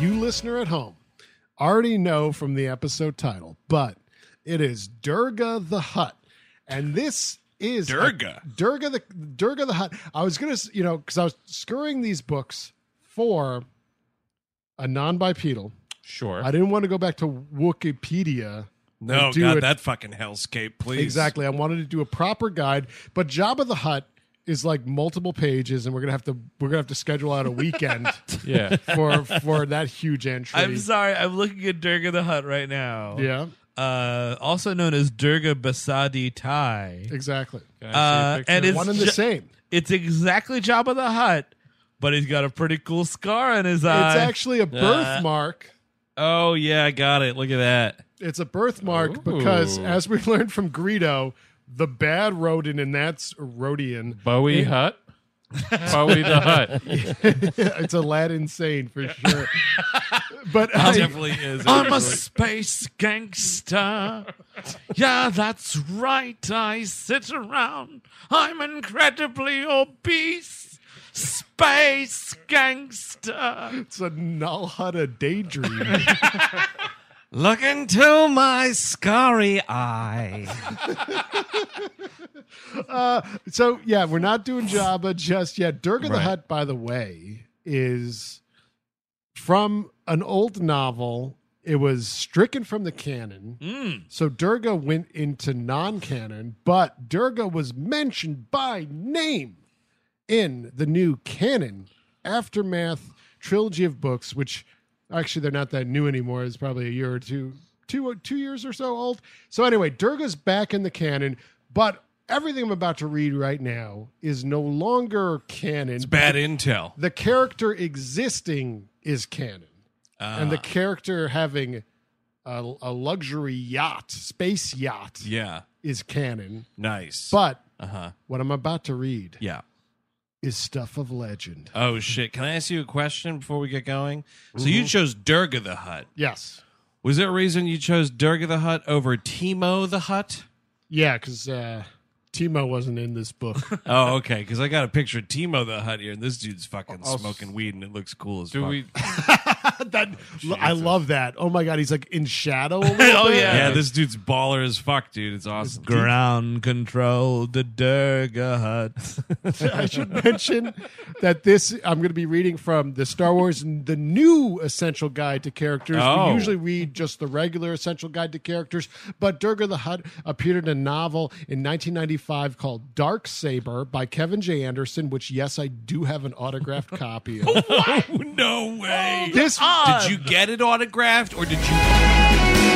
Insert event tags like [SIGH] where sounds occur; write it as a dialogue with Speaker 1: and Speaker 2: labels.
Speaker 1: listener at home already know from the episode title, but it is Durga the Hut, and this is
Speaker 2: Durga.
Speaker 1: Durga the Durga the Hut. I was gonna, s- you know, because I was scurrying these books for a non-bipedal.
Speaker 2: Sure.
Speaker 1: I didn't want to go back to Wikipedia.
Speaker 2: no,
Speaker 1: and do
Speaker 2: Oh, God,
Speaker 1: it-
Speaker 2: that fucking hellscape, please.
Speaker 1: Exactly. I wanted to do a proper guide, but Jabba the Hut is like multiple pages, and we're gonna have to we're gonna have to schedule out a
Speaker 2: [LAUGHS]
Speaker 1: weekend
Speaker 3: [LAUGHS] Yeah.
Speaker 1: for for that huge entry.
Speaker 4: I'm sorry. I'm looking at Durga the Hut right now.
Speaker 1: yeah,
Speaker 4: Uh, also known as Durga Basadi Thai.
Speaker 1: exactly.
Speaker 3: Can I see a
Speaker 4: Uh, and
Speaker 3: picture?
Speaker 4: it's-
Speaker 1: One and the
Speaker 4: ju-
Speaker 1: same.
Speaker 4: It's exactly Jabba the Hut, but he's got a pretty cool scar on his eye.
Speaker 1: It's actually a birthmark.
Speaker 2: Oh yeah, I got it. Look at
Speaker 4: [LAUGHS]
Speaker 2: that.
Speaker 1: It's a birthmark because,
Speaker 3: Ooh.
Speaker 1: as we [LAUGHS] learned from Greedo, the bad rodent and that's Rodian.
Speaker 3: Bowie Hut. Bowie the [LAUGHS] Hut.
Speaker 1: [LAUGHS] it's Aladdin sane for sure. but I-
Speaker 2: Definitely is.
Speaker 4: I'm a space [LAUGHS] gangster. Yeah, that's right. I sit around. I'm incredibly obese. Space gangster.
Speaker 1: it's a null hut of daydream.
Speaker 2: Look into my scary eye.
Speaker 1: Uh, So yeah, we're not doing Jabba just yet. Durga the
Speaker 2: Right.
Speaker 1: Hut, by the way, is from an old novel. It was stricken from the canon.
Speaker 2: Hmm.
Speaker 1: So Durga went into non-canon, but Durga was mentioned by name in the new canon aftermath trilogy of books, which actually they're not that new anymore. It's probably a year or two, two, two years or so old. So anyway, Durga's back in the canon, but everything I'm about to read right now is no longer canon.
Speaker 2: It's bad intel.
Speaker 1: The character existing is canon,
Speaker 2: Uh,
Speaker 1: and the character having a, a luxury yacht, space yacht,
Speaker 2: Yeah.
Speaker 1: is canon.
Speaker 2: Nice.
Speaker 1: But
Speaker 2: uh huh.
Speaker 1: what I'm about to read
Speaker 2: Yeah.
Speaker 1: is stuff of legend.
Speaker 2: Oh shit. Can I ask you a question before we get going? So you chose Durga the Hut.
Speaker 1: Yes.
Speaker 2: Was there a reason you chose Durga the Hut over Timo the Hut?
Speaker 1: Yeah, because uh, Timo wasn't in this book. [LAUGHS]
Speaker 2: Oh, okay. Because I got a picture of Timo the Hut here, and this dude's fucking smoking weed, and it looks cool as
Speaker 3: Do
Speaker 2: fuck.
Speaker 3: we?
Speaker 1: that, I love that. Oh my god, he's like in shadow.
Speaker 4: Oh, yeah.
Speaker 2: Yeah, this dude's baller as fuck, dude. It's awesome.
Speaker 4: Ground control the Durga Hut.
Speaker 1: I should mention that this I'm going to be reading from the Star Wars the new essential guide to characters. We
Speaker 2: Oh.
Speaker 1: usually read just the regular essential guide to characters, but Durga the Hutt appeared in a novel in 1995 called Dark Saber by Kevin J. Anderson, which yes, I do have an autographed copy of.
Speaker 2: [LAUGHS] no way.
Speaker 1: this
Speaker 4: ah,
Speaker 2: Did you get it autographed, or did you?